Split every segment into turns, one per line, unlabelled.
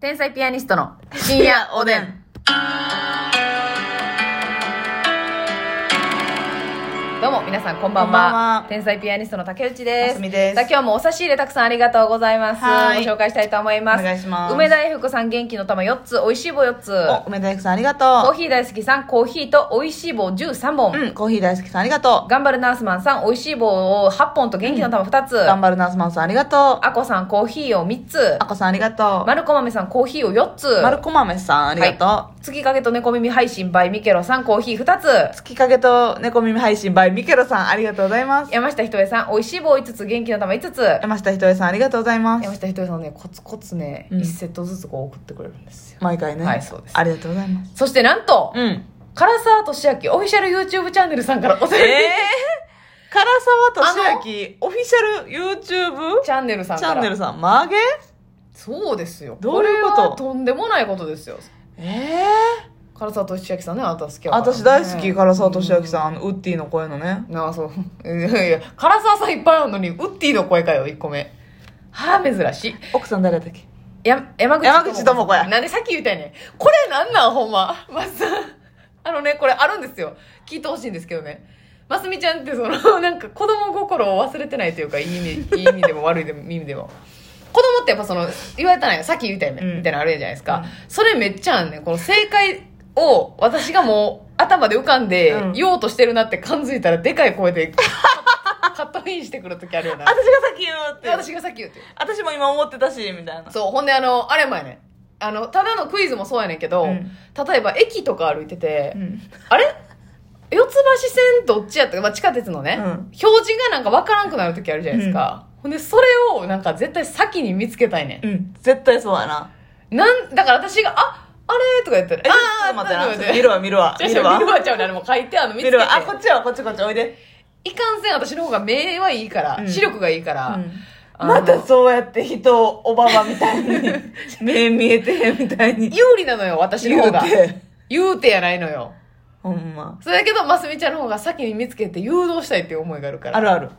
天才ピアニストの深夜おでん。どうも皆さんこんばんは
こんばんは
天才ピアニストの竹内です
ますみです
さあ今日もお差し入れたくさんありがとうございます
はい
ご紹介したいと思います
お願いします
梅田英福さん元気の玉4つおいしい棒4つ
お、梅田育さんありが
コー
と
ヒー大好きさんコーヒーとおいしい棒13本、
う。うん、コーヒー大好きさんありがと
頑張るナースマンさんおいしい棒を8本と元気の玉2つ、
う。頑張るナースマンさんありがとう。
あこさんコーヒーを3つ
あこさんありがと
まるこまめさんコーヒーを4つ
う。まるこまめさんありがとう。
月影と猫耳配信 by ミケロさんコーヒー2つ
月影と猫耳配信 by ミケロさんありがとうございます。
山下ひとえさんおいしい棒5つ元気の玉5つ
山下ひとえさんありがとうございます
山。下ひとえさんねコツコツね、
うん
1セットずつこう送ってくれるんですよ
毎回ね。
はいそうです
ありがとうございます。
そしてなんと、
うん。
唐沢俊明オフィシャル YouTube チャンネルさんからお世話になり
唐沢俊明オフィシャル YouTube
チャンネルさん
チ
か
ャン
ら
ネルさん、曲げ
そうですよ
どういうこと
これはとんでもないことですよ
え
唐沢俊明さんねあなた好き
え
やからね
私大好き、唐沢俊明
う
さ。
ん
ウッディの声のね。
なあそういやいや唐沢さんいっぱいあるのにウッディの声かよ1個目はあ珍しい
奥さん誰だっけ
や山口
山口智子や
なんでさっき言ったよねんこれなんなんほんまマスあのねこれあるんですよ聞いてほしいんですけどねますみちゃんってその なんか子供心を忘れてないというかいい意味いい意味でも 悪いでも意味でも子供ってやっぱその言われたないよさっき言ったよね、
うん
みたいなのあるじゃないですか、それめっちゃあんねんこの正解を私がもう頭で浮かんで
うん
言おうとしてるなって感づいたらでかい声でカットインしてくる時あるよな
私がさっき言うって。
私がさっき言って
私も今思ってたし、みたいな。
そう、ほんであの、あれもやねん。あの、ただのクイズもそうやねんけど、
うん
例えば駅とか歩いてて、
うん。
あれ四つ橋線どっちやったか、まあ、地下鉄のね、
うん
表示がなんか分からんくなる時あるじゃないですか。ほんで、それをなんか絶対先に見つけたいね
うん。絶対そうやな。
ん。なん、だから私が、あ、あれとか言ったら、
え、ちょ
あー
っと待って
あ
な。
ー
ちょっと見るわ、見るわ。
ちょ
見
ちょ
るわ
見る。わちゃうね、あれも書いて、あの、見つ
見
けて
る。わ。あ、こっちはこっちこっちおいで。
いかんせん私の方が目はいいから、
うん
視力がいいから、あの
またそうやって人をおばばみたい に、目見えてへんみたいに
有利なのよ、私の方
言う
が。
て。
言うてやないのよ。
ほんま。
それだけど、ますみちゃんの方が先に見つけて誘導したいっていう思いがあるから。
あるある。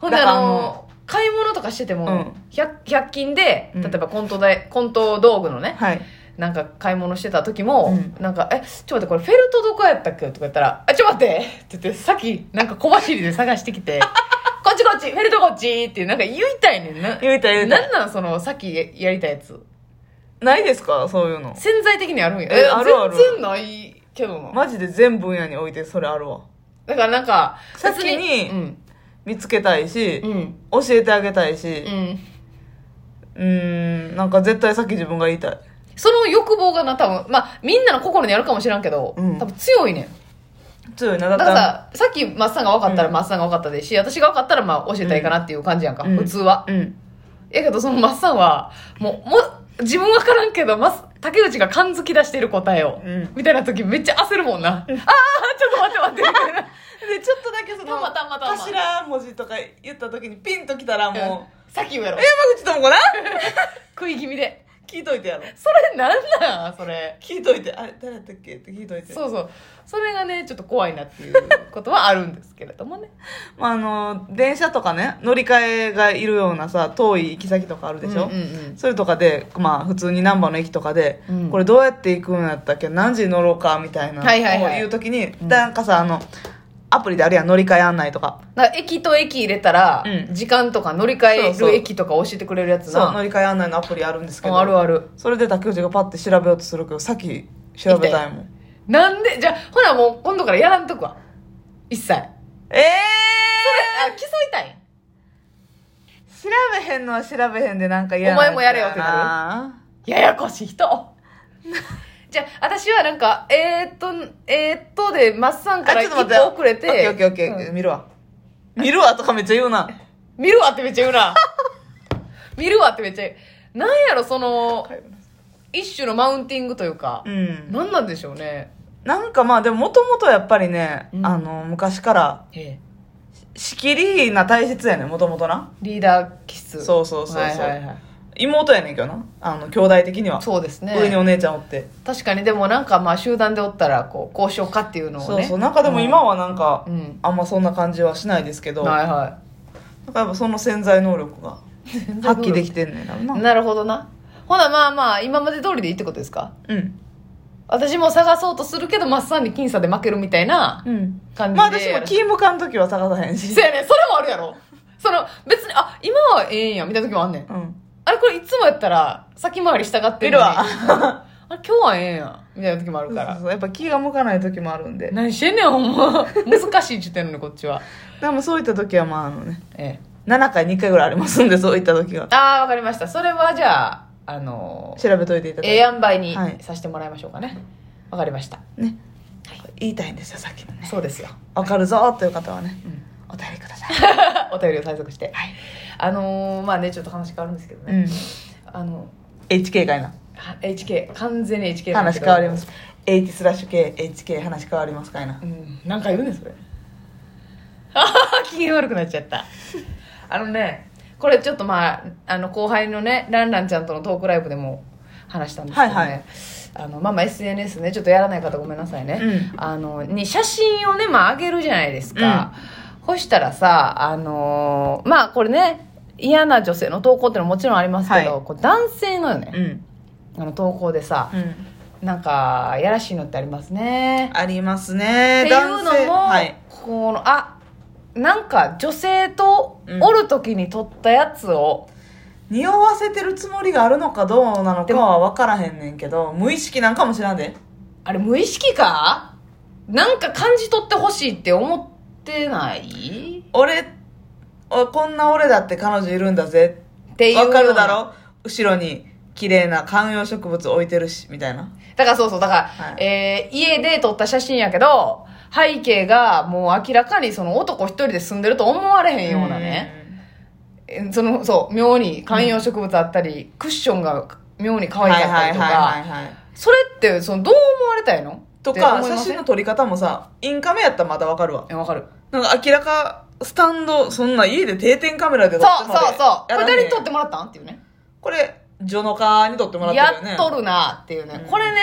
ほんで、
だから
あ
あ
の、買い物とかしてて
う
も
ん、
100, 100均で、
うん
例えばコント台、コント道具のね、
はい。
なんか買い物してた時も、
うん
なんか、え、ちょっと待って、これフェルトどこやったっけとか言ったら、あ、ちょっと待ってって言って、さっき、なんか小走りで探してき て、こっちこっちフェルトこっちって、なんか言いたいねんな。
言うた言う
なん
た。
なんその、さっきやりたやつ。
ないですかそういうの。
潜在的にあるんや。
えあるある
全然ないけどな。
マジで全分野においてそれあるわ。
だからなんか、
先に
うん。
見つけたいし、
うん。
教えてあげたいし
う、ん。
うーん、なんか絶対さっき自分が言いたい。
その欲望がな、多分、まあ、みんなの心にあるかもしらんけど、
うん
多分強いねん。
強いな、だ
だ
っ
か
た
ら
ら。
さ、さっき、マッさんが分かったら、
うん
マッさんが分かったでし、私が分かったら、まあ、教えたらいいかなっていう感じやんか、
うん
普通は。
うん。
やけど、そのマッさんは、もう、もう、自分分からんけど、マス、竹内が勘づき出してる答えを、
うん
みたいな時めっちゃ焦るもんな。ああーちょっと待って待って、みたいな。
で、ちょっとだけその、
たまたまたま
頭文字とか言った時にピンときたらもう、
さっき言うやろ
山。口智子な
食い気味で。
聞いといてやろ。
それなんなんそれ。
聞いといて、あれ、誰だったっけって聞いといて。
そうそう。それがね、ちょっと怖いなっていうことはあるんですけれどもね。
まあ、あの、電車とかね、乗り換えがいるようなさ、遠い行き先とかあるでしょ、
うんうんうん
それとかで、まあ、普通に難波の駅とかで、
うん
これどうやって行くんやったっけ何時に乗ろうかみたいな、
はいはいはい
こういう時に、
うん
なんかさ、あの、アプリであるやん、乗り換え案内とか。
なんか駅と駅入れたら、
うん
時間とか乗り換え
そうそ
る
う
駅とか教えてくれるやつ
そう、乗
な。
り換え案内のアプリあるんですけ
う
ど。
んあるある。
それで竹内がパッて調べようとするけど、さっき調べたいもん。
なんで、じゃあ、ほらもう今度からやらんとくわ。一切。あ、
ええ
競いたいん
ー、調べへんのは調べへんでなんか嫌
お前もやれよって
な
ややこしい 人。じゃあ、私はなんか、えー、っと、えー、っとで、マッサン
やつ
か
やな
ら
あ
一
ちょっと待って
歩遅れ
オッケー
て
オッケーオッケー、見るわ見るわとかめっちゃ言うな
うん見るわってめっちゃ言うな。 見るわってめっちゃ言う。なんやろ、その、一種のマウンティングというか
う、ん
なんなんでしょうね。
なんかまあでももともとやっぱりね、
うん
あの昔から
ええ
しきりな体質やねもともとな
リーダー気質。
そうそうそうそう
はいはいはい
妹やねんけどなあの兄弟的には、
そうですね。
上にお姉ちゃんおって、
確かにでもなんかまあ集団でおったらこう交渉かっていうのをね
そうそうなんかでも今はなんか、
うん、うん
あんまそんな感じはしないですけど、
はいは
なんかやっぱその潜在能力が
い
発揮で
き
きてんねんなな
なるほどなほなまあまあ今まで通りでいいってことですか
うん。
私も探そうとするけどマッサンに僅差で負けるみたいな
うん。
感じで
まあ私もキームカの時は探さへんし
そ。やねんそれもあるやろその別にあ今はええんやみたいな時もあんねん
うん。
あれこれいつもやったら先回りしたがって
見
の
る
に
わ。
あれ今日はええんやみたいな時もある
そう
か
そう
ら
そうやっぱ気が向かない時もあるんで。
何してんねんほんま難しいって言ってんのにこっちは
でもそういった時はまああのね、
ええ
7回2回ぐらいありますんで、そういった時は。
ああわかりましたそれはじゃああのー
調べといていただい
ええ
て。
塩梅に
はい
させてもらいましょうかねわかりました
ね。言いたいんですよ、さっきのね。
そうですよ、
わかるぞーという方はね、
うん
お便りください。
お便りを対策して、
はい
あのーまあねちょっと話変わるんですけど
う
ね、
ん。
あの
HK 会な。
は HK 完全に HK なんです
話
け
変
ど
わります。H スラッシュ K、HK 話変わりますかいな
う。ん何回言うねんそれあはは 機嫌悪くなっちゃったあのねこれちょっとまああの後輩のねランランちゃんとのトークライブでも話したんですけどね、
はいはい
あのまあまあ SNS ねちょっとやらない方ごめんなさいね、
う
あのに写真をねまあ上げるじゃないですか、ほしたらさあのーまあこれね嫌な女性の投稿ってのはもちろんありますけど、
は
こう男性のよね、
うん。
あの投稿でさ、
うん。
なんかやらしいのってありますね
ありますね。
っていうの
男性
も、
はい。
このあなんか女性と
うん
おる時に撮ったやつを、
匂わせてるつもりがあるのかどうなのかは分からへんねんけど無意識なんかもしらんで
あれ無意識かなんか感じ取ってほしいって思ってない
俺おこんな俺だって彼女いるんだぜ
っていうよう
分
な
かるだろ後ろに綺麗な観葉植物置いてるしみたいな
だからそうそうだから、
はい
えー家で撮った写真やけど背景がもう明らかにその男一人で住んでると思われへんようなね、えそのそう妙に観葉植物あったり、クッションが妙に可
はい
愛
は
か
い
った
は
り
い
とか、
はいはい
それってそのどう思われたいの
と
っ
か
て思い
写
ません
真の撮り方もさインカメやったらまだ分かるわ
えわかる
なんか明らかスタンドそんな家で定点カメラで
そ
撮って
う
まで
そうそうこれ
やらへ
誰
ん
に撮ってもらったんっていうね
これジョノカーに撮ってもらってるよね
やっとるなっていうね、
うん
これね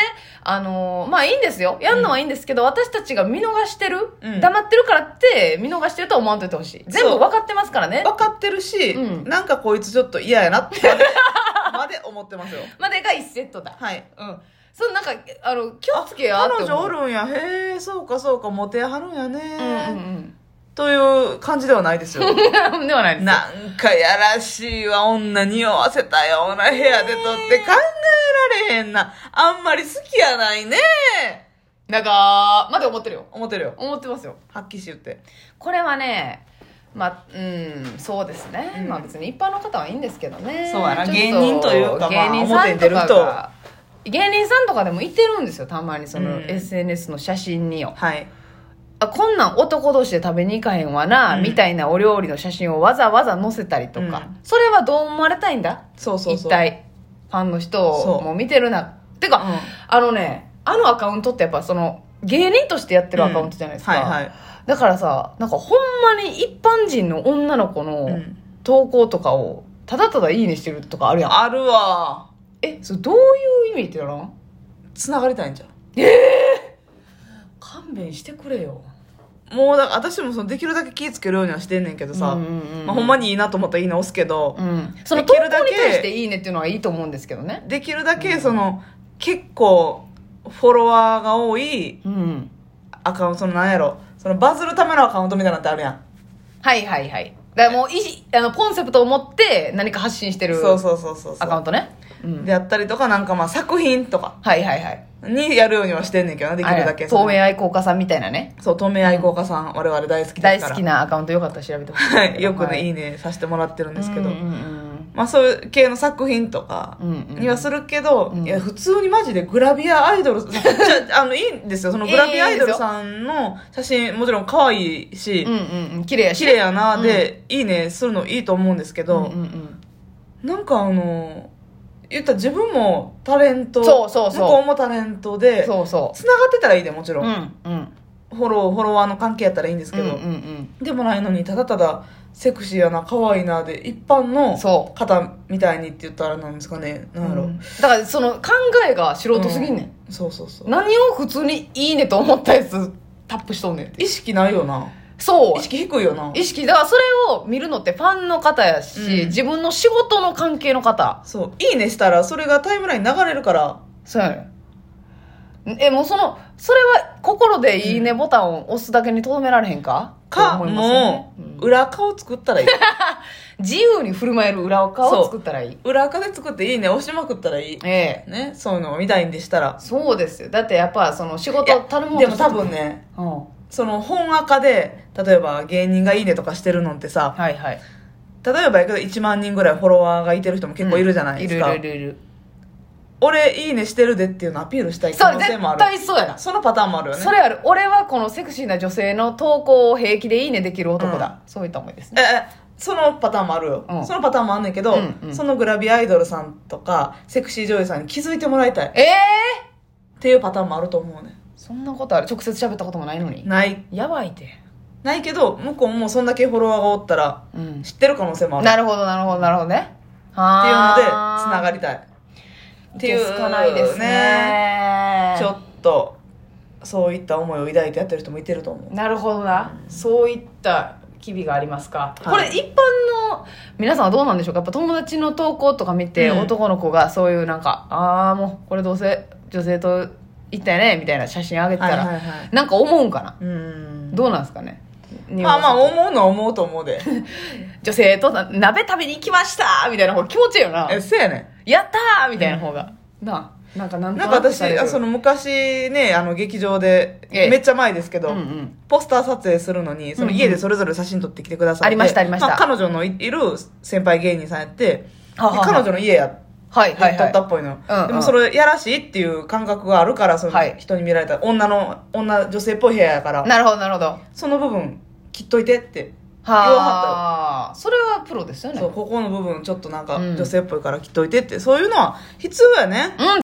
あのーまあいいんですよやるのはいいんですけど、私たちが見逃してる、
うん
黙ってるからって見逃してるとは思わんといてほしい全部
そう
分かってますからね
分かってるし、
うん
なんかこいつちょっと嫌やなって までまで思ってますよ
までが1セットだ
はい
うんそのなんかあの気をつけやって
彼
思う
女おるんやへえそうかそうかモテはるんやね、
うん
という感じではな いですよ
うんうんではないです
なんかやらしいわ女匂わせたような部屋で撮って考えられへんなあんまり好きやないね
なんかまで思ってるよ
思ってるよ
思ってますよ
はっきり言って
これはねまあうんそうですね、
うん
まあ別に一般の方はいいんですけどね
そうやな
ちょっと
芸人というかまあ
芸人さんとか
表に出る人
が芸人さんとかでもいてるんですよたまにその
うん
SNS の写真によ、
はい
あこんなん男同士で食べに行かへんわな、
うん
みたいなお料理の写真をわざわざ載せたりとか、それはどう思われたいんだ
そうそうそう
一体ファンの人も見てるなてか、
うん
あのねあのアカウントってやっぱその芸人としてやってるアカウントじゃないですか、
はいはい、
だからさなんかほんまに一般人の女の子
う
の
ん
投稿とかをただただ「いいね」してるとかあるやん、
あるわ
えそれどういう意味ってならん
つながりたいんじゃん
勘弁してくれよ
もうだから私もそのできるだけ気ぃつけるようにはしてんねんけどさ、
うんうんうん
まあ、ほんまにいいなと思ったらいいな押すけど
う、んその
で
投
き
稿
る
に
だけ
対して「いいね」っていうのはいいと思うんですけどね
できるだけその、結構フォロワーが多い
うん
アカウントそのなんやろそのバズるためのアカウントみたいなのってあるやん、
はいはいはいだからもういじあのコンセプトを持って何か発信してる
そうそうそうそうそう
アカウントねうん
であったりとかなんかまあ作品とか
はいはいはい
にやるようにはしてんねんけどなできるだけ
あれ透明
愛
愛好家さんみたいなね
そう透明愛好家さん、我々大好きですから
大好きなアカウントよかったら調べてほしいん
は
だけ
い
ど
よくね、、
はい
いねさせてもらってるんですけ
う
ど、
んうんうん
まあそういう系の作品とか
うんうん
にはするけど、
うん
いや普通にマジでグラビアアイドルじゃああのいいんですよそのグラビアアイドルさんの写真もちろん可愛いし、
うんうんうん綺麗やし
綺麗やなで、いいねするのいいと思うんですけ
うん
ど、
うんうん
なんかあの言ったら自分もタレント
そうそうそう
向こうもタレントで
そうそ
つながってたらいいでもち
う
ろ
うん
ん、
うん
フォローフォロワーの関係やったらいいんですけ
うんう
ど、
ん
でもないのにただただセクシーやな可愛いなで一般
うん
の
そ
方みたいにって言ったらなんですかね
う
なんやろ、
うんだからその考えが素人すぎんねん、
そうそうそう
何を普通にいいねと思ったやつタップしとんねんって
意識ないよな
そうそう
意識低いよな
意識だからそれを見るのってファンの方やし、
うん
自分の仕事の関係の方
そういいねしたらそれがタイムラインに流れるから
そうやねんえもうそのそれは心で「いいね」ボタンを押すだけにとどめられへんか
か、
と思いますよね
も
うん
う裏垢を作ったらいい
自由に振る舞える裏側を作ったらいい
裏垢で作っていいね押しまくったらいい
ええ
ねそういうのを見たいんでしたら
そうですよだってやっぱその仕事たるもの
でも多分、ね
うん、
その本垢で例えば芸人がいいねとかしてるのってさ
はいはい
例えばやけど1万人ぐらいフォロワーがいてる人も結構いるじゃないですか、
いるいるいるいる
俺いいねしてるでっていうのアピールしたい
そ
可
う
能性もあ
絶
る
対そうやな
そのパターンもあるよね
それある俺はこのセクシーな女性の投稿を平気で「いいね」できる男だ、そういった思いですね
ええそのパターンもあるよ、
うん
そのパターンもあんねんけど、
うんうん
そのグラビアアイドルさんとかセクシー女優さんに気づいてもらいたいっ
ええ
ていうパターンもあると思うね
そんなことある直接喋ったこともないのに
ない
やばいて、
ないけど向こうもそんだけフォロワーがおったら
うん、
知ってる可能性もあるっ
なるほどなるほどなるほどね
ていうのでつ
は
なが
り
りたいっ
ってて
い
いううかないですね
ちょっとそういった思いを抱いてやってる人もいてると思う
なるほどなそういった機微がありますか、
はい
これ一般の皆さんはどうなんでしょうかやっぱ友達の投稿とか見て、
うん
男の子がそういうなんかああもうこれどうせ女性と行ったよねみたいな写真あげてた
はい
ら、
はいはい
なんか思うんかな
うん
どうなんですかね
まあまあ
匂いさ
思うのは思うと思うで
ん女性とな鍋食べに行きましたみたいな方が気持ちいいよな
えそうやねん
やったーみたいな方が、なあなんかなんと
なんか
く
私
される
その昔ねあの劇場で、
ええ
めっちゃ前ですけど、
うんうん
ポスター撮影するのにその家
うんう
で
ん
それぞれ写真撮ってきてくださって
ありましたありました
あ彼女のいいる先輩芸人さんやってで
ははは
彼女の家やって
はいはい
撮
は
っ
い
たっぽいの、
うんうん
でもそれやらしいっていう感覚があるからその
はい
人に見られた、女の女女性っぽい部屋やから
なるほどなるほどは
その部分切っといてって
あそれはプロですよね
そうここの部分ちょっとなんか
うん
女性っぽいから切っといてってそういうのは必要やね
うん